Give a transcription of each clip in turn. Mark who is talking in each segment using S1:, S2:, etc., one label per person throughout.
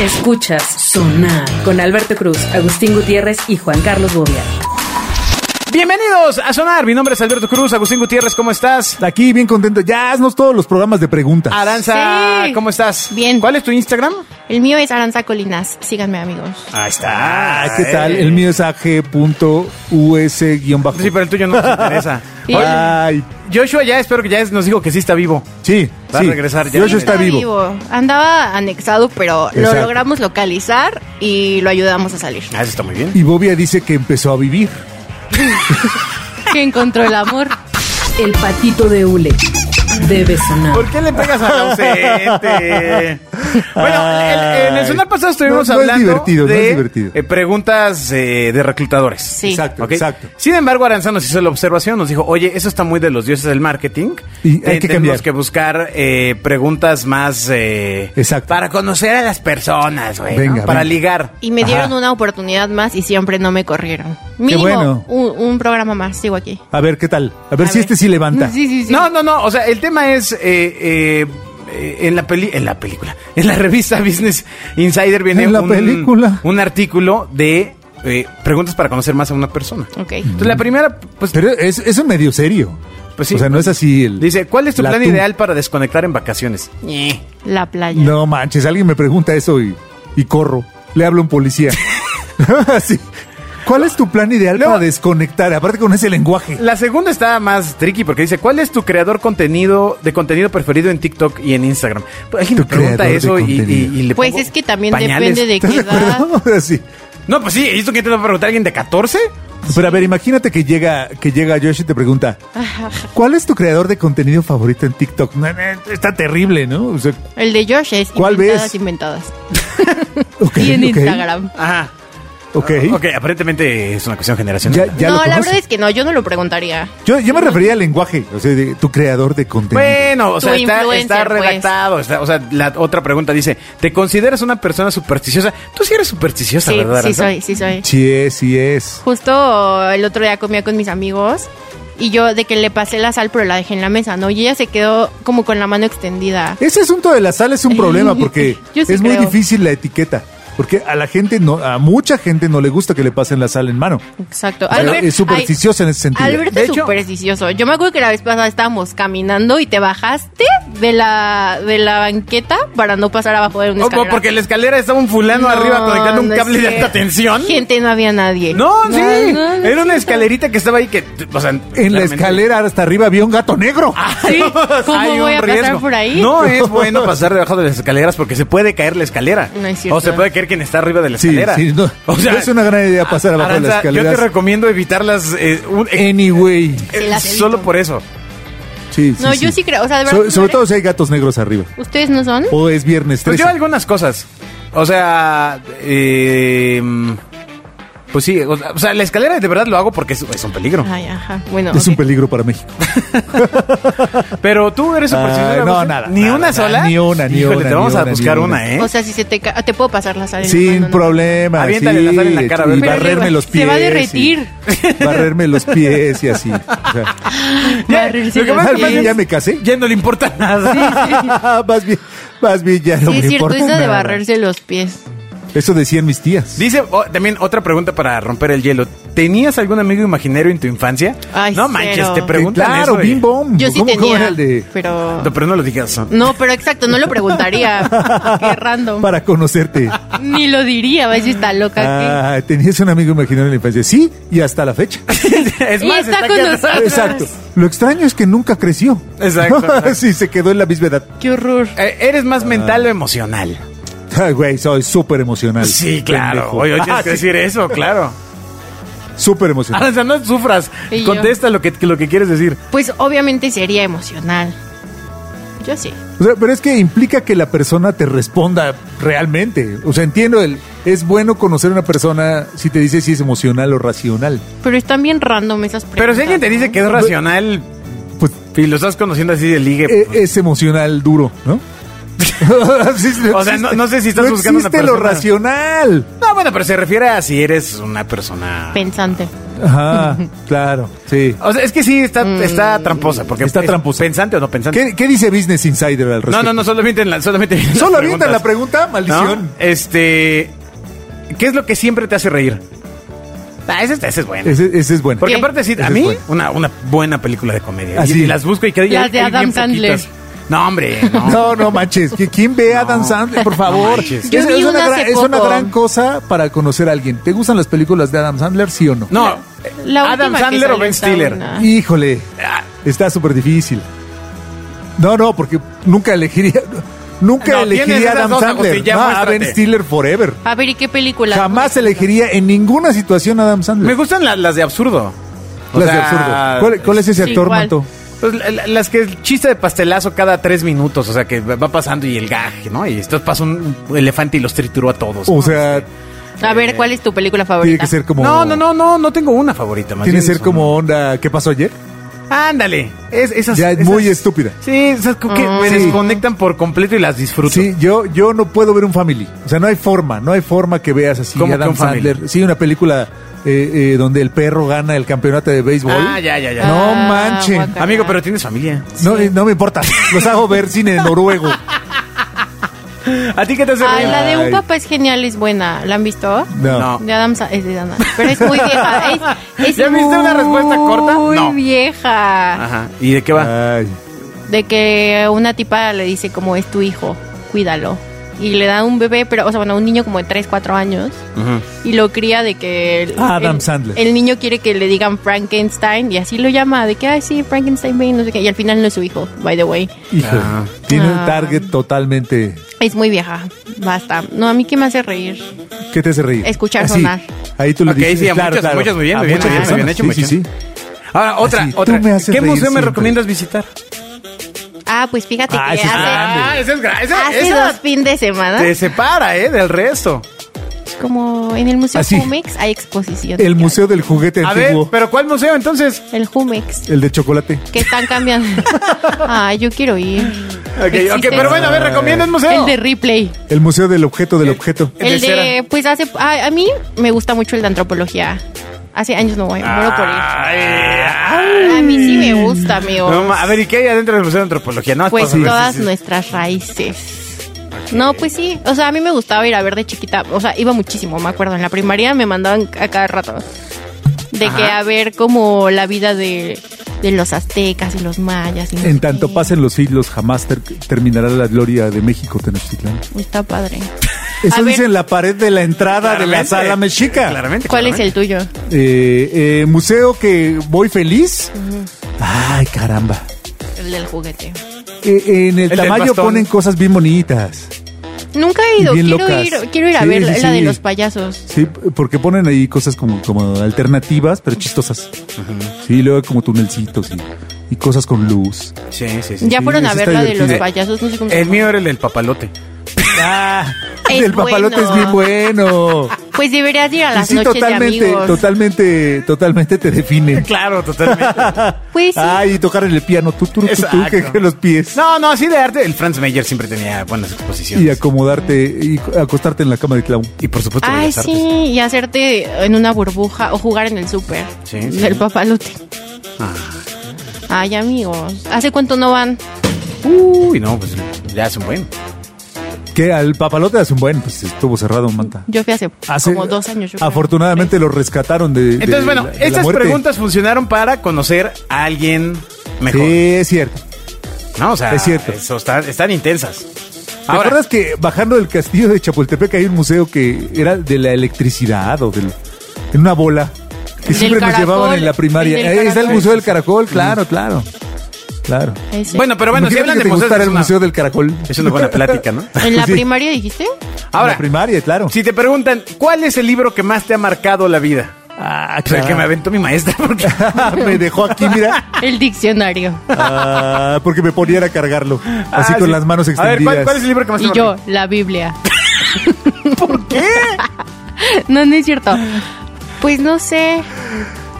S1: Escuchas Sonar con Alberto Cruz, Agustín Gutiérrez y Juan Carlos Bobia.
S2: Bienvenidos a Sonar. Mi nombre es Alberto Cruz. Agustín Gutiérrez, ¿cómo estás?
S3: Aquí bien contento. Ya haznos todos los programas de preguntas.
S2: Aranza,
S4: Sí.
S2: ¿cómo estás?
S4: Bien.
S2: ¿Cuál es tu Instagram?
S4: El mío es Aranza Colinas. Síganme, amigos.
S2: Ahí está. Eh.
S3: Ah, ¿qué tal? El mío es ag.us-bajo.
S2: Sí, pero el tuyo no nos interesa.
S4: Sí.
S3: Ay,
S2: Joshua ya espero que ya es- nos dijo que sí está vivo.
S3: sí.
S2: Va a
S3: sí.
S2: regresar ya.
S3: Joshua está vivo.
S4: Andaba anexado, pero
S3: Exacto.
S4: lo logramos localizar y lo ayudamos a salir.
S2: Ah, eso está muy bien.
S3: Y Bobia dice que empezó a vivir.
S4: Que encontró el amor.
S1: El patito de hule debe sonar.
S2: ¿Por qué le pegas al ausente? bueno, el- el- en el sonar pasado estuvimos
S3: No, no es
S2: hablando
S3: divertido, no
S2: de
S3: es divertido.
S2: eh, preguntas eh, de reclutadores.
S4: Sí.
S3: Exacto,
S2: ¿ok?
S3: exacto.
S2: Sin embargo, Aranza nos hizo la observación, nos dijo, oye, eso está muy de los dioses del marketing. Eh,
S3: Y hay que
S2: Tenemos
S3: cambiar.
S2: que buscar eh, preguntas más... eh,
S3: Exacto.
S2: Para conocer a las personas, güey.
S3: Venga,
S2: ¿no? Para
S3: venga.
S2: ligar. Ah.
S4: Y me dieron
S3: Ajá.
S4: una oportunidad más y siempre no me corrieron. Mínimo
S3: bueno.
S4: un, un programa más. Sigo aquí.
S3: A ver, ¿qué tal? A ver
S4: A
S3: si
S4: ver.
S3: este sí levanta.
S4: Sí, sí, sí.
S2: No, no, no. O sea, el tema es eh, eh, eh, en la peli, en la película, en la revista Business Insider viene
S3: En la
S2: un,
S3: película.
S2: un artículo de eh, preguntas para conocer más a una persona.
S4: Ok.
S2: Entonces la primera, pues,
S3: Mm. Pero es, es un medio serio.
S2: Pues sí.
S3: O sea, no es así el.
S2: dice, ¿cuál es tu
S3: la
S2: plan
S3: tú.
S2: ideal para desconectar en vacaciones?
S4: La playa.
S3: No manches, alguien me pregunta eso y, y corro. Le hablo a un policía. Así. ¿Cuál es tu plan ideal
S2: Luego-
S3: para desconectar? Aparte con ese lenguaje.
S2: La segunda está más tricky porque dice, ¿cuál es tu creador contenido de contenido preferido en TikTok y en Instagram? Pues, alguien
S3: Tu
S2: me pregunta
S3: creador de
S2: eso y, y-
S3: contenido.
S2: y le
S4: Pues
S2: pongo
S4: es que también
S2: pañales.
S4: depende de
S3: ¿Estás
S4: qué
S3: de
S4: edad.
S3: acuerdo? Así.
S2: No, pues sí, ¿y esto quién te lo va a preguntar? ¿Alguien de 14?
S3: Pero a ver, imagínate que llega, que llega Josh y te pregunta, ¿cuál es tu creador de contenido favorito en TikTok? No, no, Está terrible, ¿no? O sea,
S4: El de Josh es
S3: ¿Cuál
S4: inventadas,
S3: ves?
S4: inventadas.
S3: ok,
S4: y en
S3: ok,
S4: Instagram.
S2: Ajá.
S3: Ok.
S2: Ah, Ok, aparentemente es una cuestión generacional.
S3: Ya, ya
S4: no,
S3: lo
S4: la
S3: conoces.
S4: verdad es que no, yo no lo preguntaría.
S3: yo, yo me refería al lenguaje, o sea, de tu creador de contenido.
S2: Bueno, o
S4: Tu
S2: sea, está,
S4: influencer,
S2: está
S4: pues.
S2: redactado. está- o sea, la otra pregunta dice: ¿Te consideras una persona supersticiosa? Tú sí eres supersticiosa,
S4: Sí,
S2: ¿verdad?
S4: sí
S2: Aranza?
S4: soy, sí soy.
S3: Sí es, sí es.
S4: Justo el otro día comía con mis amigos y yo de que le pasé la sal pero la dejé en la mesa, ¿no? Y ella se quedó como con la mano extendida.
S3: Ese asunto de la sal es un problema porque
S4: Yo sí
S3: es muy
S4: creo.
S3: difícil la etiqueta. Porque a la gente, no, a mucha gente no le gusta que le pasen la sal en mano.
S4: Exacto.
S3: Pero
S4: Albert-
S3: es supersticiosa en ese
S4: ay,
S3: sentido.
S4: Alberto
S2: De
S4: es
S2: hecho-
S4: supersticioso. Yo me acuerdo que la vez pasada estábamos caminando y te bajaste de la, de la banqueta para no pasar abajo de una
S2: No,
S4: escalera.
S2: Oh, porque en la escalera estaba un fulano
S4: No,
S2: arriba conectando un
S4: no es
S2: cable de alta
S4: cierto.
S2: tensión.
S4: Gente, no había nadie.
S2: No, sí.
S4: no, no
S2: Era
S4: es
S2: una
S4: cierto.
S2: escalerita que estaba ahí que. O sea,
S3: En la
S2: claramente- Ah.
S3: escalera hasta arriba había un gato negro.
S4: Sí, ¿cómo
S2: Hay un
S4: voy a pasar
S2: riesgo.
S4: por ahí?
S2: No es bueno pasar debajo de las escaleras porque se puede caer la escalera.
S4: No es cierto.
S2: O se puede caer quien está arriba de la
S3: Sí,
S2: escalera. ah,
S3: sí, no. No es una gran idea pasar abajo de las
S2: Aranza, Yo
S3: escaleras.
S2: te recomiendo evitarlas. eh, un- eh,
S3: Anyway.
S4: Sí, las evito.
S2: solo por eso.
S3: Sí, sí,
S4: No, yo sí creo, o sea, de verdad,
S3: So- sobre
S4: ¿no?
S3: todo si hay gatos negros arriba.
S4: ¿Ustedes no son?
S3: O es viernes
S2: Pues
S3: 13.
S2: yo algunas cosas. O sea, eh, pues sí, o o sea, la escalera de verdad lo hago porque es, es un peligro.
S4: Ay, ajá. Bueno,
S3: Es un
S4: ok.
S3: peligro para México.
S2: Pero tú eres un
S3: Ay, Ah, no, nada,
S2: Ni
S3: nada,
S2: una
S3: nada,
S2: sola.
S3: ni una, ni
S2: Híjole,
S3: una,
S2: Te
S3: ni
S2: vamos a
S3: una, ni
S2: buscar
S3: una.
S2: una, ¿eh?
S4: O sea, si se te ca- te puedo pasar la sal. en la
S3: Sin
S4: mano, ¿no?
S3: problema.
S2: Aviéntale la sal en la cara, a ver.
S3: y
S2: Pero
S3: barrerme
S4: digo,
S3: los
S4: se
S3: pies.
S4: va a derretir.
S3: y barrerme los pies y así. O sea,
S2: ya,
S4: Barrerse
S2: lo que
S4: los
S2: pasa
S3: más
S2: es que
S3: bien
S4: pies.
S3: ya me casé.
S2: ya no le importa nada.
S3: más bien, más bien ya no me
S4: Sí, es cierto,
S3: importa
S4: eso de
S3: nada.
S4: barrerse los pies.
S3: Eso decían mis tías.
S2: Dice oh, también otra pregunta para romper el hielo. ¿Tenías algún amigo imaginario en tu infancia?
S4: Ay,
S2: no manches,
S4: cero.
S2: te preguntan
S3: Eh, claro,
S2: eso y-
S3: bim bom.
S4: Yo sí
S3: Mm, ¿Cómo,
S4: tenía,
S3: cómo era el de-
S4: pero...
S2: No, pero no lo digas.
S4: No, pero exacto, no lo preguntaría. Qué random.
S3: Para conocerte.
S4: Ni lo diría, va a decir, está loca. ¿qué?
S3: Ah, tenías un amigo imaginario en la infancia. Sí, y hasta la fecha.
S2: es
S4: Y está
S2: aquí
S4: con
S2: atrás.
S4: nosotros.
S3: Exacto. Lo extraño es que nunca creció.
S2: Exacto.
S3: sí, se quedó en la misma edad.
S4: Qué horror.
S2: Eh, ¿Eres más
S3: Ah.
S2: mental o emocional?
S3: Ay, güey, soy súper emocional.
S2: Sí, claro.
S3: Pendejo.
S2: Oye, oye, tienes
S3: Ah,
S2: que
S3: sí,
S2: decir eso, claro.
S3: Súper emocional.
S2: Aranza, no sufras.
S4: Y yo.
S2: Contesta lo que, lo que quieres decir.
S4: Pues obviamente sería emocional. Yo sí.
S3: O sea, pero es que implica que la persona te responda realmente. O sea, entiendo, el, es bueno conocer a una persona si te dice si es emocional o racional.
S4: Pero están bien random esas preguntas.
S2: Pero si alguien te dice que es racional
S3: Pues
S2: y lo estás conociendo así de ligue,
S3: e-
S2: pues,
S3: es emocional duro, ¿no? Sí, sí,
S2: O sea, no- no sé si estás
S3: no
S2: buscando una
S3: existe lo
S2: persona.
S3: racional.
S2: No, bueno, pero se refiere a si eres una persona.
S4: Pensante.
S3: Ajá, claro, sí.
S2: O sea, es que sí, está,
S4: Mm.
S2: está tramposa. Porque
S3: Está
S2: es
S3: tramposa.
S2: ¿Pensante o no pensante?
S3: ¿Qué, qué dice Business Insider al
S2: No,
S3: respecto?
S2: no, no, solamente en la, solamente en las
S3: Solo avientan la
S2: preguntas.
S3: pregunta, maldición.
S2: ¿No? Este. ¿Qué es lo que siempre te hace reír? Ah, ese, ese es bueno.
S3: Ese, ese es bueno.
S2: Porque
S4: ¿Qué?
S2: aparte, sí,
S3: Ese
S2: a
S3: es
S2: mí,
S3: bueno. Ah,
S2: una, una buena película de comedia.
S3: Así.
S2: Y, y las busco y creo que
S4: Las
S2: hay-
S4: de
S2: hay
S4: Adam
S2: bien
S4: Sandler.
S2: poquitas. No, hombre, no.
S3: No, no manches. que ¿Quién ve a
S2: No.
S3: Dan Sandler? Por favor.
S2: No manches.
S4: Yo vi una
S3: una gran,
S4: hace
S3: es una
S4: poco.
S3: gran cosa para conocer a alguien. ¿Te gustan las películas de Adam Sandler, sí o no?
S2: No, eh,
S4: La última
S2: Adam
S4: que
S2: Sandler o
S4: salió
S2: Ben
S4: está
S2: Stiller.
S4: buena.
S3: Híjole,
S2: Ah,
S3: está súper difícil. No, no, porque nunca elegiría. Nunca
S2: No, tienes
S3: elegiría a
S2: esas
S3: Adam
S2: dos,
S3: Sandler.
S2: Agustín, ya
S3: No, a
S2: muéstrate.
S3: Ben Stiller forever.
S4: A ver, ¿y qué película?
S3: Jamás elegiría en ninguna situación a Adam Sandler.
S2: me gustan la- las de absurdo. O
S3: Las de
S2: sea,
S3: absurdo. ¿Cuál, cuál es ese
S4: Sí,
S3: actor,
S4: ¿cuál?
S3: Manto?
S2: Pues la- la- las que el chiste de pastelazo cada tres minutos, o sea, que va pasando y el gaj, ¿no? Y esto pasa un elefante y los trituró a todos.
S3: O
S2: ¿no?
S3: sea,
S4: A ver, ¿cuál es tu película
S3: tiene
S4: favorita?
S3: que ser como.
S2: No, no, no, no, no tengo una favorita. Más
S3: Tiene que
S2: bien
S3: ser
S2: son-
S3: como onda. ¿Qué pasó ayer?
S2: Ándale. Es, esas,
S3: Ya es
S2: esas-
S3: muy estúpida.
S2: Sí, esas como que me
S4: Mm,
S3: Sí.
S2: desconectan por completo y las disfruto.
S3: Sí, yo, yo no puedo ver un family. O sea, no hay forma, no hay forma que veas así
S2: ¿Cómo que
S3: Adam
S2: un Family?
S3: Sandler. Sí, una película eh, eh, donde el perro gana el campeonato de béisbol.
S2: Ah, ya, ya, ya.
S3: No manchen.
S4: guácala.
S2: Amigo, pero tienes familia.
S3: No, eh, no me importa. Los hago ver cine noruego.
S2: ¿A ti qué te hace
S4: Ah,
S2: reír?
S4: la de
S3: Ay.
S4: un papá es genial, es buena. ¿La han visto?
S3: No.
S2: No.
S4: De Adam Sa- es de Adam Pero es muy vieja. Es, es
S2: ¿Ya viste una respuesta corta?
S4: Muy
S2: No. Ah.
S4: vieja.
S2: Ajá. ¿Y de qué va?
S3: Ay.
S4: De que una tipa le dice como es tu hijo, cuídalo. Y le da un bebé, pero, o sea, bueno, un niño como de 3, 4 años.
S2: Ujú.
S4: Y lo cría de que... El,
S3: Ah, Adam
S4: el-
S3: Sandler.
S4: El niño quiere que le digan Frankenstein y así lo llama. De que, ay, sí, Frankenstein, ven", no sé qué. Y al final no es su hijo, by the way.
S3: Hijo,
S2: Ah.
S3: tiene un
S4: Ah.
S3: target totalmente.
S4: Es muy vieja. Basta. No, a mí que me hace reír.
S3: ¿Qué te hace reír?
S4: Escuchar
S3: Así.
S4: sonar.
S3: Ahí tú lo
S2: Ok,
S3: dices.
S2: sí, a
S3: claro,
S2: muchas,
S3: claro.
S2: muchas, muy bien,
S3: A
S2: muy bien,
S3: muchas
S2: muy bien,
S3: personas.
S2: hecho, muy
S3: sí, sí,
S2: bien.
S3: sí.
S2: Ahora, otra,
S3: Así, tú
S2: otra.
S3: me haces
S2: ¿Qué
S3: reír
S2: museo me
S3: siempre.
S2: recomiendas visitar?
S4: Ah, pues fíjate
S3: Ah,
S4: que
S3: ese es grande.
S4: hace,
S2: Ah, esa es gra- esa-
S4: hace
S2: esa
S4: dos fin de semana,
S2: te separa, ¿eh? Del resto.
S4: como en el Museo
S3: Así.
S4: Jumex, hay exposición.
S3: El museo del juguete
S2: A ver,
S3: antiguo.
S2: pero ¿cuál museo entonces?
S4: El Jumex,
S3: El de chocolate.
S4: que están cambiando. Ay, yo quiero ir.
S2: Ok, ok,
S4: Existe
S2: pero bueno, a ver, recomienda un museo.
S4: El de replay.
S3: El museo del objeto
S2: Eh,
S3: del objeto.
S2: El de
S4: El de,
S2: cera.
S4: pues hace, a, a mí me gusta mucho el de antropología. Hace años no voy, muero por ir.
S2: Ay,
S4: A
S2: ay.
S4: mí sí me gusta, amigo.
S2: No, ma- a ver, ¿y qué hay adentro del Museo de Antropología? No,
S4: Pues
S2: pasa-
S4: todas
S2: sí, sí.
S4: nuestras raíces. No, pues sí. O sea, a mí me gustaba ir a ver de chiquita. O sea, iba muchísimo, me acuerdo. En la primaria me mandaban a cada rato. De que
S2: Ajá.
S4: a ver como la vida de, de los aztecas y los mayas. y no sé
S3: En tanto
S4: qué.
S3: pasen los siglos, jamás ter- terminará la gloria de México, Tenochtitlán.
S4: Está padre.
S3: Eso
S4: A ver.
S3: dice en la pared de la entrada de la
S2: Claramente.
S3: sala mexica.
S2: Claramente.
S4: ¿Cuál es
S2: claramente.
S4: el tuyo?
S3: Eh, eh, museo que voy feliz. Ay, caramba.
S4: El del juguete.
S3: Eh,
S2: El
S3: en el,
S2: del
S3: tamaño
S2: bastón.
S3: ponen cosas bien bonitas.
S4: Nunca he
S3: Y
S4: ido.
S3: bien
S4: Quiero
S3: locas.
S4: ir, quiero ir a
S3: Sí,
S4: ver
S3: sí,
S4: la
S3: sí.
S4: de los payasos.
S3: Sí, porque ponen ahí cosas como, como alternativas, pero chistosas. Sí, luego como tunelcitos y, y cosas con luz.
S2: Sí, sí, sí.
S4: Ya
S3: sí,
S4: fueron a
S3: ese
S4: ver
S3: está
S4: la de los
S3: divertido.
S4: payasos. No sé cómo se
S2: El
S4: llama.
S2: mío era el del papalote.
S4: Es
S3: Ah, el papalote
S4: bueno.
S3: es bien bueno.
S4: Pues deberías ir a
S3: Y
S4: las
S3: sí,
S4: noches
S3: totalmente,
S4: de amigos.
S3: totalmente, totalmente te define.
S2: Claro, totalmente.
S4: Pues sí.
S3: Ay, y tocar en el piano, tú, tú, tú, tú,
S2: Exacto.
S3: que, que los pies.
S2: No, no, así de arte. El Franz Mayer siempre tenía buenas exposiciones.
S3: Y acomodarte y acostarte en la cama de clown.
S2: Y por supuesto,
S4: Ay,
S2: Bellas
S4: sí,
S2: Artes.
S4: y hacerte en una burbuja o jugar en el súper.
S2: Sí, sí.
S4: Del papalote.
S2: Ah.
S4: Ay, amigos. ¿Hace cuánto no van?
S2: Uy, no, pues ya es un buen.
S3: Que al papalote hace un buen, pues estuvo cerrado, manta.
S4: Yo fui hace,
S3: Hace-
S4: como dos años. yo creo.
S3: Afortunadamente lo rescataron de. de-
S2: Entonces, bueno,
S3: de la
S2: estas
S3: muerte.
S2: preguntas funcionaron para conocer a alguien mejor.
S3: Sí, es cierto.
S2: No, o sea,
S3: Es cierto.
S2: eso está- están intensas.
S3: ¿Te
S2: Ahora,
S3: acuerdas que bajando del castillo de Chapultepec hay un museo que era de la electricidad o del, en una bola que
S4: Del
S3: siempre nos
S4: caracol,
S3: llevaban en la primaria?
S4: el del
S3: Ahí está el
S4: caracol.
S3: Museo del Caracol, claro, claro. Claro.
S4: Ay, sí.
S2: bueno, pero bueno, si
S3: Imagínate
S2: hablan
S3: que
S2: de
S3: te
S2: museos,
S3: gustara
S2: es
S3: el
S2: una,
S3: Museo del Caracol.
S2: es una buena plática, ¿no?
S4: ¿En la
S3: sí.
S4: primaria dijiste?
S3: Ahora,
S2: Ahora,
S3: primaria, claro.
S2: si te preguntan, ¿cuál es el libro que más te ha marcado la vida?
S3: Ah,
S2: Pues el que me aventó mi maestra, porque
S3: me dejó aquí, mira,
S4: El diccionario.
S3: Ah, porque me ponía a cargarlo, así
S2: Ah,
S3: con
S2: sí.
S3: las manos
S2: A ver,
S3: extendidas.
S2: ¿cuál, cuál es el libro que más
S4: Y
S2: te
S4: yo,
S2: marcó?
S4: la Biblia. ¿Por qué? no, no es cierto. Pues no sé.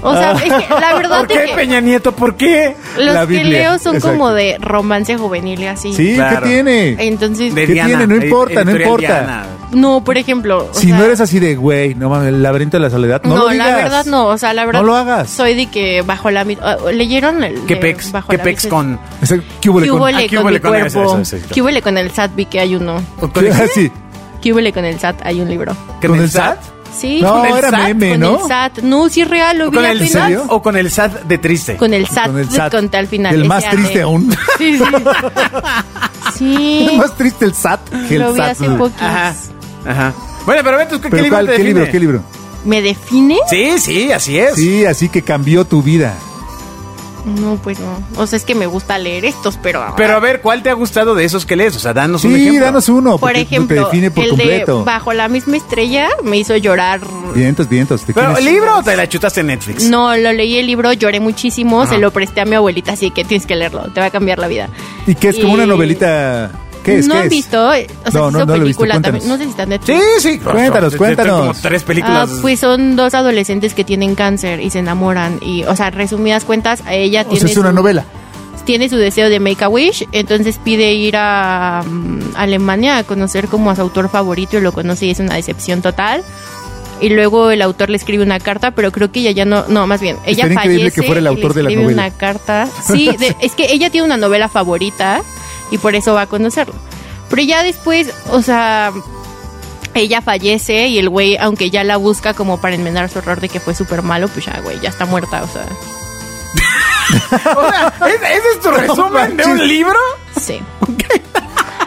S4: O sea, es que la verdad
S2: ¿Por
S4: es
S2: qué,
S4: que
S2: Peña Nieto? ¿Por qué?
S3: Ah. La
S4: los que
S3: Biblia,
S4: leo son
S3: exacto.
S4: como de romance juvenil y así.
S3: Sí,
S2: Claro.
S3: ¿qué tiene?
S4: Entonces,
S2: De
S3: ¿Qué tiene? No
S2: edi-
S3: importa, no
S2: editorial
S3: importa.
S4: no, por ejemplo. o
S3: Si
S4: sea,
S3: no eres así de, güey, no mames, el laberinto de la soledad, no,
S4: No,
S3: lo digas.
S4: la verdad no, o sea, la verdad
S3: No lo hagas.
S4: soy de que bajo la mi- ah, leyeron el
S2: ¿Qué
S4: de
S2: pex?
S4: bajo
S2: ¿Qué
S4: la
S2: pex
S4: mises-
S2: con...?
S3: Es el- ¿Qué hubo le
S4: ¿Qué
S3: con-
S4: hubole
S2: ah, ¿qué
S4: con
S2: hubole
S4: mi
S2: con eso,
S4: cuerpo?
S2: eso, eso,
S4: ¿Qué hubole con el SAT? Vi que hay uno.
S2: con el-
S3: Ah, sí.
S4: ¿Qué hubole con el SAT? Hay un libro.
S2: ¿Con el SAT?
S4: Sí.
S3: No,
S4: con el
S3: era
S4: SAT,
S3: meme,
S4: con
S3: ¿no?
S4: el SAT. No, sí es real, lo vi
S2: ¿Con el
S4: apenas.
S2: SAT
S3: serio?
S2: o con el SAT de triste?
S4: Con el SAT,
S3: Con el
S4: les
S3: SAT.
S4: conté al final.
S3: El
S4: ese
S3: más
S4: ate.
S3: triste aún.
S4: Sí, sí. Sí,
S3: Es más triste el SAT que el
S4: lo vi
S3: SAT.
S4: hace
S3: güey.
S4: poquito.
S2: Ajá, ajá. Bueno, pero ve tú, ¿qué, qué
S3: ¿Pero
S2: libro
S3: cuál?
S2: te
S3: ¿Qué
S2: define?
S3: libro? ¿Qué libro?
S4: ¿Me define?
S2: Sí, sí, así es.
S3: Sí, así que cambió tu vida.
S4: No, pues no. O sea, es que me gusta leer estos, pero...
S2: Pero a ver, ¿cuál te ha gustado de esos que lees? O sea, danos ¿Pues un
S3: Sí,
S2: ejemplo.
S3: danos uno.
S4: por
S3: porque
S4: ejemplo,
S3: te define por
S4: el
S3: completo.
S4: de Bajo la misma estrella me hizo llorar.
S3: Vientos, vientos. ¿de
S2: ¿Pero
S3: quién es?
S2: libro o te la chutaste en Netflix?
S4: No, lo leí el libro, lloré muchísimo,
S2: Ajá.
S4: se lo presté a mi abuelita, así que tienes que leerlo, te va a cambiar la vida.
S3: Y que es como una
S4: Y-
S3: novelita. ¿Qué es?
S4: ¿No
S3: ¿Qué
S4: han
S3: es?
S4: visto? O sea, se
S3: no,
S4: hizo
S3: no lo he visto,
S4: película también.
S3: cuéntanos.
S4: No sé si está en Netflix.
S2: Sí, sí.
S3: Cuéntanos,
S2: Son-
S3: cuéntanos.
S2: Como tres
S4: Ah,
S2: películas.
S4: pues son dos adolescentes que tienen cáncer y se enamoran y, o sea, resumidas cuentas, a ella
S3: O
S4: tiene
S3: sea, es una
S4: su-
S3: novela.
S4: tiene su deseo de Make a Wish, entonces pide ir a mm, Alemania a conocer como a su autor favorito y lo conoce y es una decepción total. Y luego el autor le escribe una carta, pero creo que ella ya no, no, más bien, ella
S3: Estaría increíble
S4: fallece
S3: que fuera el
S4: y le
S3: autor de la
S4: escribe
S3: novela.
S4: una carta. Sí, de- es que ella tiene una novela favorita y por eso va a conocerlo. Pero ya después, o sea, ella fallece y el güey, aunque ya la busca como para enmendar su error de que fue súper malo, pues ya, güey, ya está muerta, o sea,
S2: O sea, ¿es- ¿ese es tu resumen de un
S3: manches.
S2: libro?
S4: sí.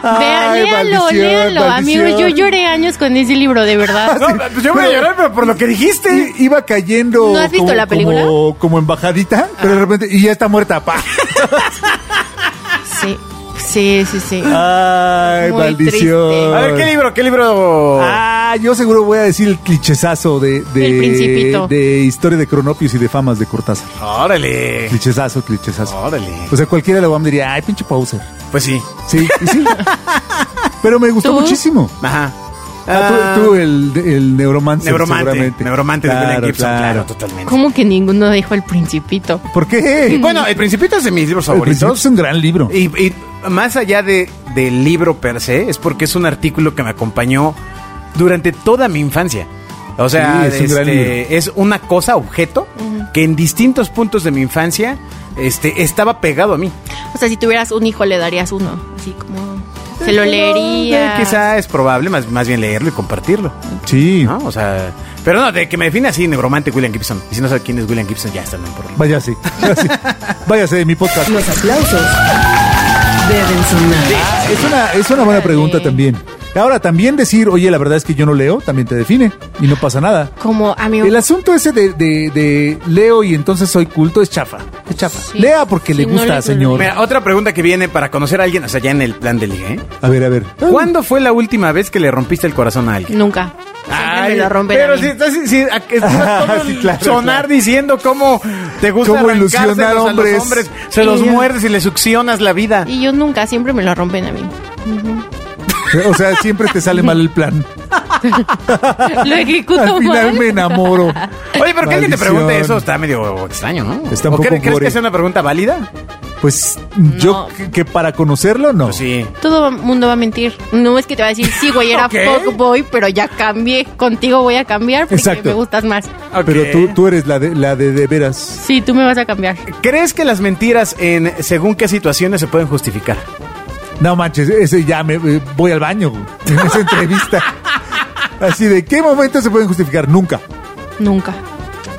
S4: Vean,
S3: Ay,
S4: léanlo,
S3: maldición,
S4: léanlo. Amigo, yo
S3: maldición.
S4: lloré años con ese libro, de verdad.
S2: No, pues yo voy a
S3: Pero-
S2: llorar, pero por lo que dijiste.
S3: I- Iba cayendo.
S4: ¿No has visto
S3: como,
S4: la película? Ah.
S3: Como, como embajadita, pero de repente. Y ya está muerta. pa.
S4: Sí, sí, sí, sí.
S3: Ay,
S4: Muy
S3: maldición.
S4: triste.
S2: A ver, ¿qué libro? ¿Qué libro?
S3: Ah, yo seguro voy a decir el clichezazo de, de,
S4: El Principito.
S3: de historia de Cronopios y de famas de Cortázar.
S2: Órale.
S3: Clichezazo, clichezazo.
S2: Órale.
S3: O sea, cualquiera de la UAM diría, ay, pinche Pauser.
S2: Pues sí.
S3: Sí, y sí. Pero me gustó
S4: ¿Tú?
S3: muchísimo.
S2: Ajá.
S3: Ah, tú, tú, el, el neuromante.
S2: Neuromante.
S3: seguramente.
S2: Neuromante de William
S3: Claro,
S2: Gibson. Claro,
S3: claro.
S2: totalmente.
S4: ¿Cómo que ninguno dijo el principito?
S3: ¿Por
S2: Y
S3: qué?
S2: bueno, El Principito es de mis libros
S3: El Principito
S2: favoritos.
S3: es un gran libro.
S2: Y, y más allá de, del libro per se, es porque es un artículo que me acompañó durante toda mi infancia. O sea,
S3: Sí, es un
S2: este,
S3: gran libro.
S2: es una cosa, objeto, que en distintos puntos de mi infancia este, estaba pegado a mí.
S4: O sea, si tuvieras un hijo, le darías uno. Así como. Se lo
S2: Eh,
S4: leería.
S2: quizá es probable, más, más bien leerlo y compartirlo.
S3: Sí.
S2: ¿no? O sea, pero no, de que me define así, neuromante William Gibson. Y si no sabe quién es William Gibson, ya está, no hay problema.
S3: Váyase. Váyase. Váyase de mi podcast.
S1: Los aplausos deben sonar.
S3: Ah, Es una, es una buena pregunta también. Ahora, también decir, oye, la verdad es que yo no leo, también te define. Y no pasa nada.
S4: Como amigo.
S3: El asunto ese de, de- de leo y entonces soy culto es chafa. Es chafa.
S4: Sí.
S3: Lea porque le
S4: Sí, no
S3: gusta,
S4: le-
S3: señor.
S2: Mira, otra pregunta que viene para conocer a alguien, o sea, ya en el plan de liga, ¿eh?
S3: A ver, a ver.
S2: ¿Cuándo fue la última vez que le rompiste el corazón a alguien?
S4: Nunca. Siempre
S2: Ay,
S4: me lo rompen a
S2: pero
S4: mí.
S2: si estás si, si- a- que estás todo
S3: Sí,
S2: el
S3: claro,
S2: sonar
S3: claro.
S2: diciendo cómo te gusta
S3: Cómo
S2: arrancárselos
S3: ilusionar
S2: a los
S3: hombres.
S2: hombres, se
S4: Y
S2: los
S4: ya.
S2: muerdes y le succionas la vida.
S4: Y yo nunca, siempre me lo rompen a mí.
S3: O sea, siempre te sale mal el plan.
S4: Lo ejecuto
S3: Al final
S4: mal.
S3: me enamoro.
S2: Oye, pero que alguien te
S3: Maldición.
S2: pregunte eso está medio extraño, ¿no?
S3: Está
S2: ¿O
S3: un poco
S2: cre- ¿Crees
S3: gore.
S2: que sea una pregunta válida?
S3: Pues yo que, que para conocerlo, no.
S2: Pues sí.
S4: Todo mundo va a mentir. No es que te va a decir, sí, güey, era
S2: Ok.
S4: fuckboy, pero ya cambié. Contigo voy a cambiar porque
S3: Exacto.
S4: me gustas más.
S2: Ok.
S3: Pero tú, tú eres la de, la de de veras.
S4: Sí, tú me vas a cambiar.
S2: ¿Crees que las mentiras en según qué situaciones se pueden justificar?
S3: No manches, ese ya me eh, voy al baño güey, en esa entrevista. Así de qué momento se pueden justificar nunca.
S4: Nunca.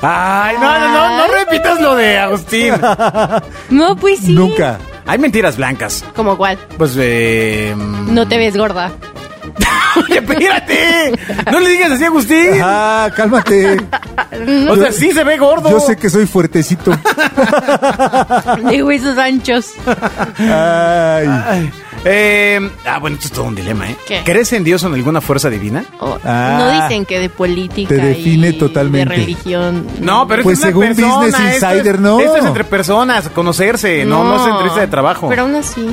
S2: Ay, no, no, no, no repitas lo de Agustín.
S4: No, pues sí.
S3: Nunca.
S2: Hay mentiras blancas.
S4: ¿Como cuál?
S2: Pues, eh...
S4: No te ves gorda.
S2: Oye, espérate. No le digas así a Agustín.
S3: Ah, cálmate.
S2: O sea, sí se ve gordo.
S3: Yo sé que soy fuertecito.
S4: De huesos anchos.
S3: Ay.
S2: Ay. Eh, ah, bueno, esto es todo un dilema, ¿eh?
S4: ¿Qué?
S2: ¿Crees en Dios o en alguna fuerza divina?
S4: O-
S3: Ah.
S4: no dicen que de política.
S3: Te define
S4: y
S3: totalmente.
S4: De religión.
S2: No, pero
S3: Pues
S2: es una
S3: según
S2: persona,
S3: Business
S2: esto
S3: Insider,
S2: es-
S3: no.
S2: Esto es entre personas, conocerse, no, no, es entre entrevista de trabajo.
S4: Pero aún así.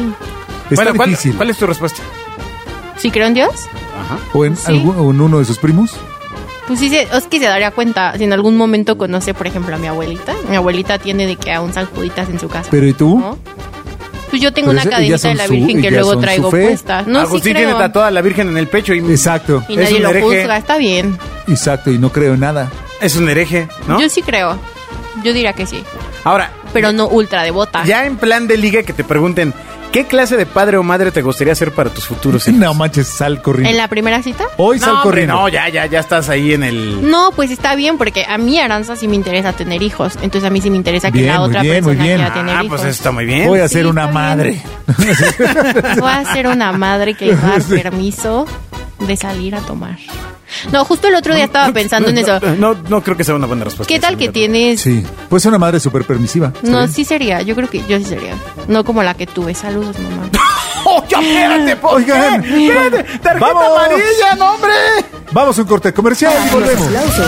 S3: Está
S2: bueno, ¿cuál,
S3: difícil.
S2: cuál es tu respuesta?
S4: ¿Sí creo en Dios?
S2: Ajá.
S3: ¿O en,
S4: Sí.
S3: algún- o en uno de sus primos?
S4: Pues sí, se- es que se daría cuenta si en algún momento conoce, por ejemplo, a mi abuelita. Mi abuelita tiene de que a un San Juditas en su casa.
S3: Pero ¿y tú?
S4: ¿no? Pues yo tengo
S3: Pero
S4: una
S3: ese- ellas
S4: cadenita de
S3: son
S4: la
S3: su-
S4: Virgen que
S3: ellas
S4: luego
S3: son su
S4: traigo
S3: fe.
S4: puesta. Ah, No, sí
S2: Agustín
S4: creo.
S2: tiene tatuada a la Virgen en el pecho y
S3: Exacto,
S4: Y
S2: es
S4: nadie
S2: un
S4: lo
S2: hereje.
S4: juzga, está bien.
S3: exacto, y no creo en nada.
S2: es un hereje, ¿no?
S4: Yo sí creo. Yo diría que sí.
S2: Ahora,
S4: Pero no ultra devota.
S2: ya en plan de liga que te pregunten, ¿qué clase de padre o madre te gustaría ser para tus futuros hijos?
S3: No manches, sal corriendo.
S4: ¿En la primera cita?
S3: Hoy sal
S2: No, hombre,
S3: corriendo.
S2: no, ya, ya, ya estás ahí en el...
S4: No, pues está bien, porque a mí, Aranza, sí me interesa tener hijos. Entonces a mí sí me interesa que
S3: Bien,
S4: la
S3: muy
S4: otra
S3: bien, muy
S4: persona
S3: bien.
S4: quiera tener
S2: Ah,
S4: hijos.
S2: pues está muy bien.
S3: Voy a
S4: Sí,
S3: ser una
S4: está bien.
S3: madre.
S4: Voy a ser una madre que le va a dar permiso de salir a tomar. No, justo el otro día estaba pensando en eso.
S2: No, no creo que sea una buena respuesta.
S4: ¿Qué tal que tienes?
S3: Sí, pues una madre súper permisiva.
S4: No, sí sería. Yo creo que yo sí sería. No como la que tuve. Saludos, mamá.
S2: ¡Oh, ya, espérate, ¿por
S3: Oigan.
S2: qué? Espérate, ¡Tarjeta
S3: ¡Vamos!
S2: amarilla, no, hombre!
S3: Vamos a un corte comercial y
S1: Los
S3: volvemos.
S1: aplausos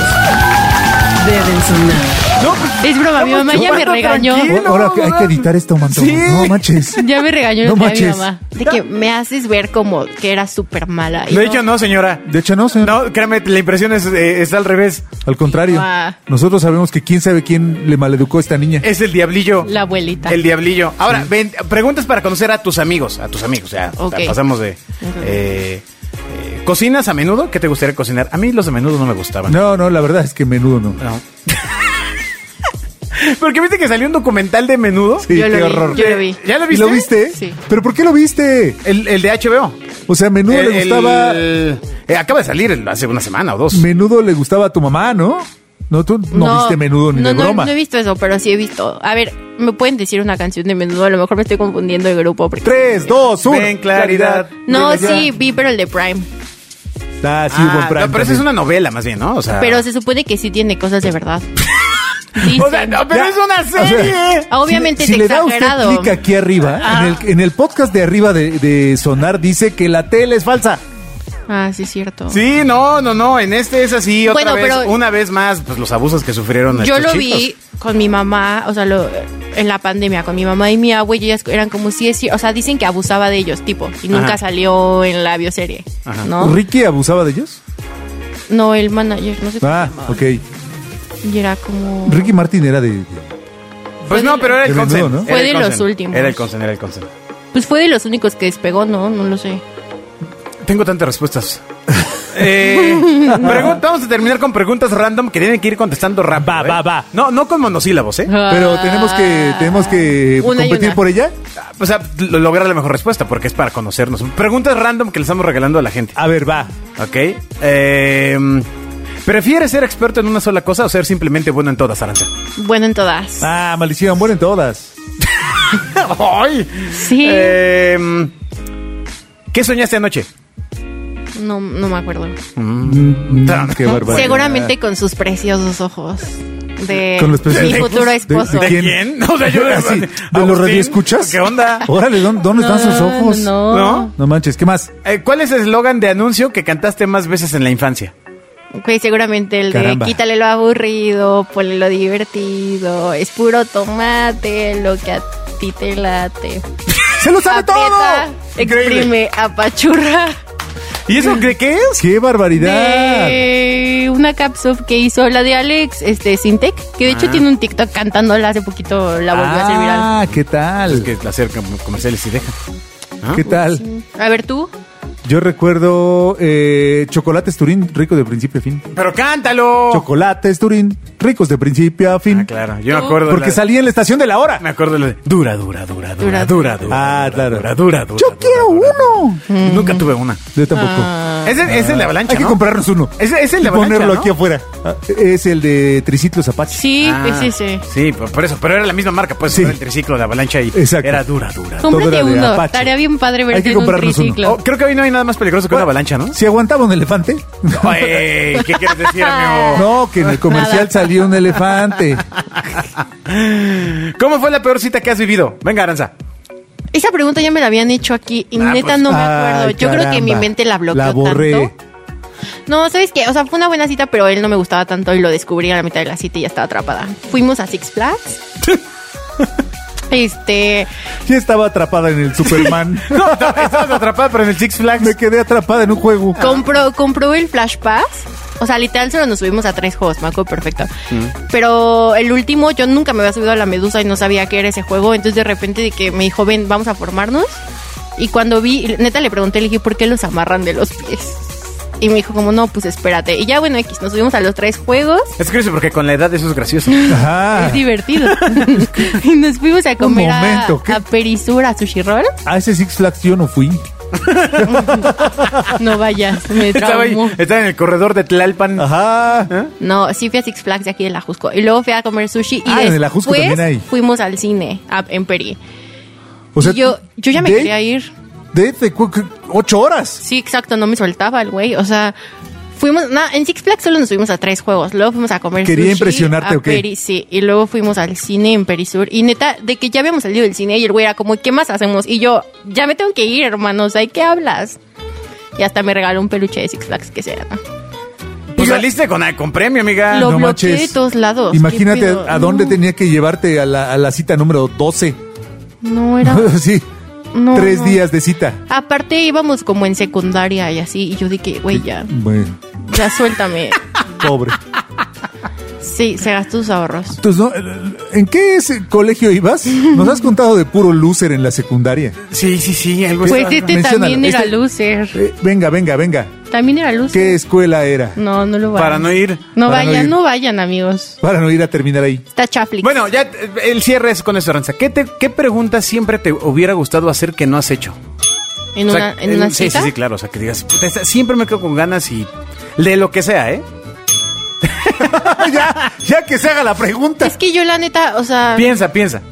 S1: deben sonar.
S2: No, pues,
S4: Es broma, mi mamá ya me
S2: chupando
S4: regañó.
S2: tranquilo.
S3: O- Ah, Ahora hay que editar esto, un montón.
S2: Sí.
S3: No manches.
S4: Ya me regañó
S3: No
S4: el día de mi
S3: manches.
S4: mamá. De que me haces ver como que era súper mala. y
S2: De hecho, no, señora.
S3: De hecho, no, señor.
S2: No, créame, la impresión es, eh, está al revés.
S3: Al contrario.
S4: Ah.
S3: Nosotros sabemos que quién sabe quién le maleducó a esta niña.
S2: Es el diablillo.
S4: La abuelita.
S2: El diablillo. Ahora, ven, preguntas para conocer a tus amigos. A tus amigos, ya.
S4: Ok.
S2: ya pasamos de. eh, eh, ¿Cocinas a menudo? ¿Qué te gustaría cocinar? A mí los de menudo no me gustaban.
S3: No, no, la verdad es que menudo no.
S2: No. Porque viste que salió un documental de menudo.
S3: Sí,
S4: Yo lo
S3: qué
S4: vi,
S3: horror.
S4: yo lo vi.
S2: ¿Ya lo
S3: ¿Y
S2: viste?
S3: lo viste?
S4: Sí.
S3: ¿Pero por qué lo viste?
S2: El, el de HBO.
S3: O sea, menudo
S2: El-
S3: le gustaba.
S2: el- eh, acaba de salir el- hace una semana o dos.
S3: Menudo le gustaba a tu mamá, ¿no? No, tú no, viste menudo ni
S4: no,
S3: de
S4: no,
S3: broma.
S4: No he visto eso, pero sí he visto. A ver, ¿me pueden decir una canción de menudo? A lo mejor me estoy confundiendo de grupo. Porque...
S3: Tres, dos, uno.
S2: Ven, claridad.
S4: No,
S3: Venga ya.
S4: sí, vi, pero el de Prime.
S3: Ah, sí,
S2: Ah,
S3: hubo Prime
S2: no, pero esa es
S3: también.
S2: una novela más bien, ¿no? O
S3: Ah.
S2: sea,
S4: Pero se supone que sí tiene cosas de verdad. Dicen.
S2: O sea, no, pero
S3: Ya.
S2: es una
S3: O sea,
S2: serie.
S4: Obviamente
S3: si
S4: es
S3: le da usted
S4: exagerado. Ah.
S3: clic aquí arriba, en, el, en el podcast de arriba de, de Sonar dice que la tele es falsa.
S4: Ah, sí, es cierto.
S2: Sí, no, no, no. En este es así. Otra
S4: Bueno,
S2: vez,
S4: pero-
S2: una vez más, pues los abusos que sufrieron.
S4: Yo lo
S2: estos
S4: vi
S2: chicos.
S4: con mi mamá, o sea, lo- en la pandemia, con mi mamá y mi abuelo, ellas eran como si es, o sea, dicen que abusaba de ellos, tipo, y nunca
S2: Ajá.
S4: salió en la bioserie,
S2: Ajá.
S4: ¿no?
S3: ¿Ricky abusaba de ellos?
S4: No, el manager, no sé cómo
S3: Ah,
S4: se llamaba.
S3: ok.
S4: Y era como...
S3: Ricky Martin era de. de-
S2: Pues no, pero era el
S3: de menudo,
S2: consent.
S3: ¿no?
S2: era
S4: Fue
S2: el
S4: de los
S2: consent,
S4: últimos.
S2: Era el consent, era el consent.
S4: Pues fue de los únicos que despegó, ¿no? No lo sé.
S2: Tengo tantas respuestas. Eh, pregun- vamos a terminar con preguntas random que tienen que ir contestando rápido.
S3: Va,
S2: ¿eh?
S3: va, va.
S2: No, no con monosílabos, ¿eh?
S3: Pero tenemos que, tenemos que
S4: Ah. Una y
S3: competir
S4: una.
S3: por ella.
S2: O sea, lo- lograr la mejor respuesta porque es para conocernos. Preguntas random que le estamos regalando a la gente.
S3: A ver, va.
S2: Ok. Eh, ¿Prefieres ser experto en una sola cosa o ser simplemente bueno en todas, Aranza?
S4: Bueno, en todas.
S3: Ah, maldición, mueren todas.
S2: ¡Ay!
S4: Sí.
S2: Eh, ¿Qué soñaste anoche?
S4: No, no me acuerdo.
S3: Mm, qué barbaridad.
S4: Seguramente con sus preciosos ojos de
S3: Con los
S4: mi
S3: preciosos ojos
S4: futuro
S3: de-
S4: esposo.
S3: ¿De quién?
S2: O sea, yo
S3: Así, ¿de los
S2: Agustín,
S3: radioescuchas?
S2: ¿Qué onda?
S3: Órale, ¿dónde, dónde están sus ojos?
S4: No,
S2: ¿No?
S3: No manches, ¿qué más?
S2: Eh, ¿Cuál es el eslogan de anuncio que cantaste más veces en la infancia?
S4: Ok, seguramente el
S3: Caramba.
S4: de quítale lo aburrido, ponle lo divertido, es puro tomate, lo que a ti te late.
S3: ¡Se lo sabe
S4: Aprieta,
S3: todo!
S2: Increíble.
S4: exprime, apachurra.
S2: ¿Y eso
S4: Mm.
S2: de qué es?
S3: ¡Qué barbaridad!
S4: De una capsule que hizo la de Alex este, Sintec, que de hecho
S2: Ah.
S4: tiene un TikTok cantándola hace poquito, la volvió a hacer viral.
S3: Ah, ¿qué tal?
S2: Es que hacer com- comerciales y deja. ¿Ah?
S3: ¿Qué tal?
S4: A ver tú,
S3: Yo recuerdo eh, chocolates Turín, ricos de principio a fin.
S2: ¡Pero cántalo!
S3: Chocolates Turín, ricos de principio a fin.
S2: Oh. Ah, claro. Yo me acuerdo.
S3: Porque
S2: la-
S3: salía en la estación de la hora.
S2: Me acuerdo de dura, dura, dura, dura,
S4: Dura,
S2: dura, dura.
S3: Ah,
S2: dura,
S3: claro.
S2: Dura, dura, dura.
S3: Yo
S2: dura,
S3: quiero
S2: dura,
S3: uno.
S2: dura. Nunca tuve una.
S3: Yo tampoco.
S4: Ah.
S2: Ese ese es Ah. el de avalancha.
S3: Hay que
S2: ¿no?
S3: comprarnos uno.
S2: Es, es el
S3: Y
S2: de avalancha.
S3: ponerlo
S2: ¿no?
S3: aquí afuera. Ah, Es el de triciclos Apache.
S4: sí,
S2: Ah,
S4: es ese.
S2: Sí, por por eso. Pero era la misma marca, pues.
S3: Sí.
S2: Era el triciclo de avalancha y
S3: Exacto.
S2: era dura, dura.
S3: Todo era
S4: Cómprate
S3: de
S4: uno,
S3: Apache.
S4: estaría bien padre verte
S3: Hay que
S4: en un
S3: comprarnos uno.
S4: triciclo.
S2: Oh, creo que hoy no hay nada más peligroso que una avalancha, ¿no?
S3: Si aguantaba un elefante.
S2: Oye, ¿Qué quieres decir, amigo?
S3: No, que en el comercial
S4: Nada.
S3: salió un elefante.
S2: ¿Cómo fue la peor cita que has vivido? Venga, Aranza.
S4: Esa pregunta ya me la habían hecho aquí y
S2: Ah,
S4: neta
S2: pues,
S4: no me acuerdo.
S3: Ay,
S4: Yo creo que mi
S3: caramba.
S4: mente la bloqueó
S3: La borré.
S4: tanto. No, ¿sabes qué? O sea, fue una buena cita, pero él no me gustaba tanto y lo descubrí a la mitad de la cita y ya estaba atrapada. Fuimos a Six Flags. este,
S3: Ya estaba atrapada en el Superman.
S2: No, no, estabas atrapada, pero en el Six Flags.
S3: Ah. Me quedé atrapada en un juego.
S4: compró, compró el Flash Pass O sea, literal solo nos subimos a tres juegos, me acuerdo perfecto. Pero el último, yo nunca me había subido a la medusa y no sabía qué era ese juego. Entonces de repente de que me dijo, ven, vamos a formarnos. Y cuando vi, neta le pregunté, le dije, ¿por qué los amarran de los pies? Y me dijo, como no, pues espérate. Y ya bueno, X, nos subimos a los tres juegos.
S2: Es curioso porque con la edad eso es gracioso.
S3: Ajá.
S4: Es divertido. y nos fuimos a comer a-
S3: momento, ¿qué?
S4: a, Perisura, a Sushi Roll.
S3: A ese Six Flags yo no fui.
S4: No vayas, me
S2: Estaba, ahí-
S4: traumó.
S2: estaba en el corredor de
S3: Ah.
S2: Tlalpan.
S3: Ajá.
S4: No, sí fui a Six Flags de aquí de La Jusco. Y luego fui a comer sushi. Y
S3: Ah, en el Ajusco
S4: después
S3: también hay.
S4: fuimos al cine a- en Peri.
S3: O sea,
S4: Y yo, yo ya me
S3: de-
S4: quería ir.
S3: De, de cu- cu- ocho horas.
S4: Sí, exacto, no me soltaba el güey. O sea, fuimos... na- en Six Flags solo nos fuimos a tres juegos. Luego fuimos a comer
S3: Quería
S4: sushi.
S3: impresionarte,
S4: a
S3: ¿o qué?
S4: Peri, sí. Y luego fuimos al cine en Perisur. Y neta, de que ya habíamos salido del cine y el güey era como, ¿qué más hacemos? Y yo, ya me tengo que ir, hermano. O sea, ¿y qué hablas? Y hasta me regaló un peluche de Six Flags que se llama.
S2: Pues saliste con, con premio, amiga.
S4: Lo
S3: No
S4: bloqueé
S3: manches.
S4: de todos lados. ¿Qué
S3: Imagínate
S4: pedo?
S3: a dónde
S4: No.
S3: tenía que llevarte a la, a la cita número 12.
S4: No, era...
S3: sí.
S4: No,
S3: Tres
S4: no.
S3: días de cita.
S4: Aparte íbamos como en secundaria y así, y yo dije, güey, ya,
S3: Bueno,
S4: ya suéltame.
S3: pobre.
S4: Sí, se gastó sus ahorros.
S3: Entonces, ¿no? ¿en qué ese colegio ibas? Nos has contado de puro loser en la secundaria.
S2: Sí, sí, sí, algo
S4: Pues
S2: estaba-
S4: este
S3: menciónalo.
S4: también era
S3: Este-
S4: loser.
S3: Eh, venga, venga, venga.
S4: También era loser.
S3: ¿Qué escuela era?
S4: No, no lo vayan.
S2: Para no ir.
S4: No
S3: para no
S4: vayan,
S3: ir.
S4: no, vayan, amigos.
S3: Para no ir a terminar ahí.
S4: Está Chaflix.
S2: Bueno, ya eh, el cierre es con eso, Aranza. ¿Qué, te, ¿Qué pregunta siempre te hubiera gustado hacer que no has hecho?
S4: en,
S2: O
S4: una,
S2: sea,
S4: en una
S2: sí,
S4: cita.
S2: Sí, sí, claro. O sea, que digas, puta, esta- siempre me quedo con ganas y de lo que sea, ¿eh?
S3: ya, ya que se haga la pregunta.
S4: Es que yo la neta, o sea,
S2: Piensa, piensa.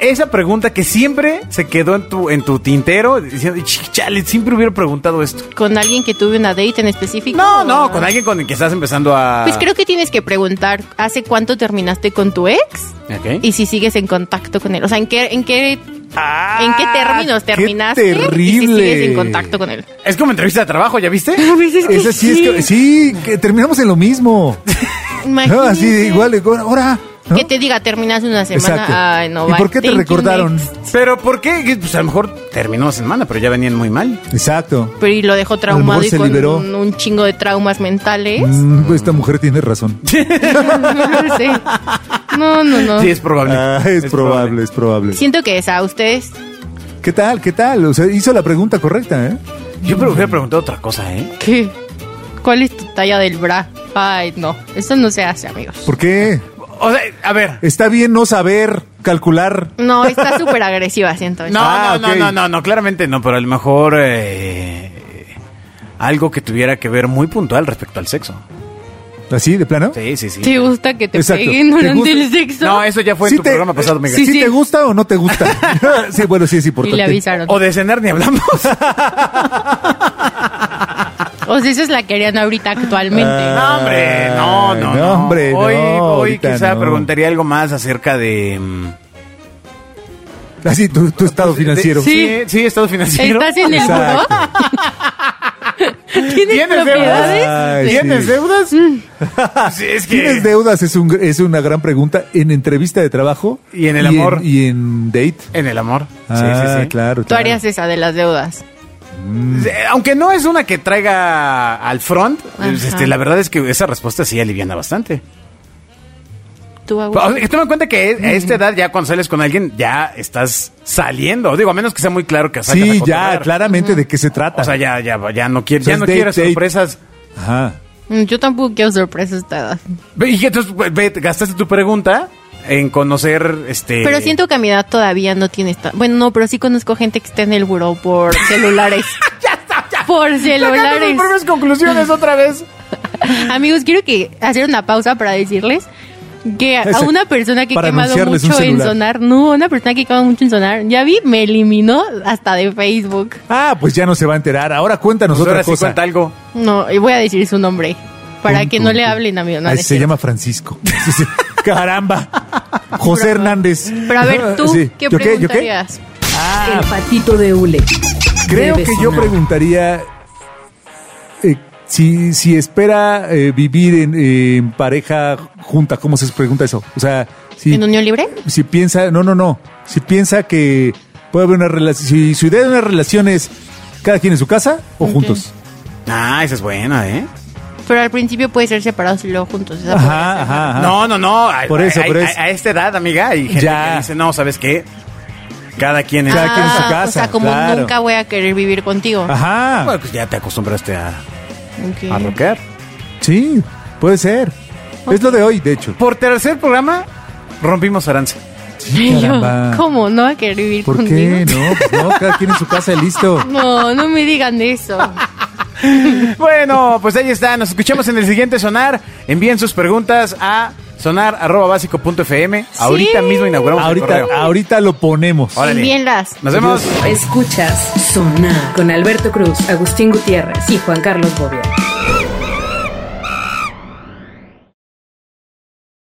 S2: Esa pregunta que siempre se quedó en tu, en tu tintero, diciendo, "Ch- chale, siempre hubiera preguntado esto.
S4: con alguien que tuve una date en específico.
S2: No, no, con alguien con el que estás empezando a...
S4: Pues creo que tienes que preguntar, ¿hace cuánto terminaste con tu ex?
S2: Ok.
S4: Y si sigues en contacto con él. O sea, ¿en qué, en qué,
S2: Ah,
S4: en qué términos
S3: Ah, qué
S4: terminaste? Y si
S3: terrible. Ah,
S4: sigues en contacto con él.
S2: Es como entrevista de trabajo, ¿ya viste?
S3: Esa sí es que, sí, que terminamos en lo mismo.
S4: Imagínense
S3: No, así de igual, igual, ahora. ¿no?
S4: Que te diga, terminas una semana.
S3: Exacto.
S4: Ay, no
S3: ¿Y
S4: va.
S3: por qué te
S4: Thank you,
S3: recordaron?
S4: next.
S2: Pero ¿por qué? Pues a lo mejor terminó la semana, pero ya venían muy mal.
S3: Exacto.
S4: Pero y lo dejó traumado
S3: mejor
S4: y
S3: se
S4: con
S3: liberó.
S4: un, un chingo de traumas mentales.
S3: Mm, esta mujer tiene razón.
S4: no lo sé. No, no, no.
S2: Sí, es probable.
S3: Ah, es, probable, es probable.
S4: Siento que es a ustedes.
S3: ¿Qué tal? ¿Qué tal? O sea, hizo la pregunta correcta, ¿eh?
S2: Yo pero hubiera preguntado otra cosa, ¿eh?
S4: ¿Qué? ¿Cuál es tu talla del bra? Ay, no. Eso no se hace, amigos.
S3: ¿Por qué?
S2: O sea, a ver.
S3: Está bien no saber calcular.
S4: No, está súper agresiva, siento.
S2: No,
S3: Ah,
S2: no,
S3: ok.
S2: no, no, no, no, claramente no, pero a lo mejor eh, algo que tuviera que ver muy puntual respecto al sexo.
S3: ¿Así, de plano?
S2: Sí, sí, sí.
S4: ¿Te gusta que te
S3: Exacto.
S4: peguen
S3: ¿Te
S4: durante
S3: gusta?
S4: el sexo?
S2: No, eso ya fue en
S3: Sí
S2: tu
S3: te- eh,
S2: programa pasado, Miguel.
S3: ¿Sí,
S4: Sí, sí.
S3: te gusta o no te gusta? sí, bueno, sí es
S4: Y
S3: importante.
S4: le avisaron.
S2: O de cenar ni hablamos.
S4: O sea, eso es la que harían ahorita actualmente.
S2: no, hombre, no, no,
S3: Ah, Ay,
S2: no.
S3: no, hombre, no,
S2: hoy hoy
S3: ahorita
S2: quizá
S3: no.
S2: preguntaría algo más acerca de... mm,
S3: Así, tu, tu estado financiero.
S2: de- sí, sí, estado financiero.
S4: ¿Estás en el buró?
S3: Exacto.
S4: ¿Tienes
S2: ¿Tienes
S4: propiedades?
S3: Ay, sí.
S2: ¿Tienes deudas? Sí, es que...
S3: ¿Tienes deudas? Es, un, es una gran pregunta en entrevista de trabajo.
S2: Y en el amor.
S3: y en date.
S2: En el amor.
S3: Ah, claro.
S4: Tú
S3: claro.
S4: harías esa de las deudas.
S2: Eh, Aunque no es una que traiga al front,
S4: Ajá.
S2: este, la verdad es que esa respuesta sí aliviana bastante.
S4: Tú, Agus?
S3: Pues,
S2: O sea, Toma en cuenta que e, a esta edad, ya cuando sales con alguien, ya estás saliendo. Digo, a menos que sea muy claro que sacas a
S3: Sí, ya,
S2: cotorrear.
S3: claramente de qué se trata.
S2: O sea, ya, ya, ya no quieres,
S3: O sea,
S2: ya no
S3: es date,
S2: quieres
S3: date.
S2: sorpresas.
S3: Ajá.
S4: Mm, Yo tampoco quiero sorpresas a esta edad.
S2: Ve, Y entonces, pues, ve, gastaste tu pregunta en conocer,
S3: Eh.
S2: este...
S4: Pero siento que a mi edad todavía no tiene esta. Bueno, no, pero sí conozco gente que está en el buró por celulares.
S2: ¡Ya está, ya!
S4: por
S2: Sacando
S4: celulares.
S2: tus propias conclusiones otra vez.
S4: Amigos, quiero que hacer una pausa para decirles que a
S3: Ese,
S4: una persona que ha
S3: para
S4: quemado
S3: anunciarles un
S4: mucho en
S3: celular.
S4: sonar, no, una persona que quema mucho en sonar, ya vi, me eliminó hasta de Facebook.
S3: Ah, pues ya no se va a enterar. Ahora cuéntanos
S2: Pues
S3: otra
S2: ahora sí
S3: cosa.
S2: cuenta algo.
S4: No, y voy a decir su nombre para
S3: Pum,
S4: que
S3: pum,
S4: no le
S3: pum.
S4: hablen, amigo. No,
S3: Ah,
S4: no
S3: ese
S4: es
S3: se
S4: cierto.
S3: llama Francisco. Sí, sí. Caramba. José Hernández.
S4: Pero a ver, tú,
S3: Sí.
S4: ¿qué
S3: ¿Yo qué? ¿Yo qué?
S4: preguntarías?
S1: El patito de hule
S3: Creo
S1: Debe
S3: que yo
S1: sonar.
S3: preguntaría eh, si, si espera eh, vivir en, en pareja junta. ¿Cómo se pregunta eso? O sea, si,
S4: ¿En Unión Libre?
S3: si piensa, no, no, no. Si piensa que puede haber una relación, si su idea de una relación es cada quien en su casa o juntos.
S2: Ah, esa es buena, ¿eh?
S4: Pero al principio puede ser separados y luego juntos. esa podría
S3: Ajá,
S4: ser.
S3: ajá, ajá.
S2: No, no, no. A,
S3: Por eso,
S2: a-
S3: por
S2: a-
S3: eso.
S2: a esta edad, amiga, hay gente
S3: Ya.
S2: que dice, no, ¿sabes qué? Cada quien es...
S3: Cada quien en su
S4: Ah,
S3: casa,
S4: O sea, como
S3: claro. Ah,
S4: nunca voy a querer vivir contigo.
S3: Ajá.
S2: Bueno, pues ya te acostumbraste a,
S4: Ok.
S3: ah,
S2: a rockear.
S3: Sí, puede ser. Es lo de hoy, de hecho.
S2: Por tercer programa, rompimos aranza.
S4: Y yo,
S3: Caramba.
S4: ¿Cómo no va a querer vivir
S3: ¿Por
S4: contigo?
S3: qué? No, pues no, cada quien en su casa, listo.
S4: No, no me digan eso.
S2: Bueno, pues ahí está. Nos escuchamos en el siguiente sonar. Envíen sus preguntas a sonar.básico.fm. Ahorita
S4: Sí.
S2: mismo inauguramos el
S3: Ahorita,
S2: correo.
S3: ahorita lo ponemos.
S2: Órale.
S4: Envíenlas.
S2: Nos vemos.
S1: Escuchas Sonar con Alberto Cruz, Agustín Gutiérrez y Juan Carlos Bobia.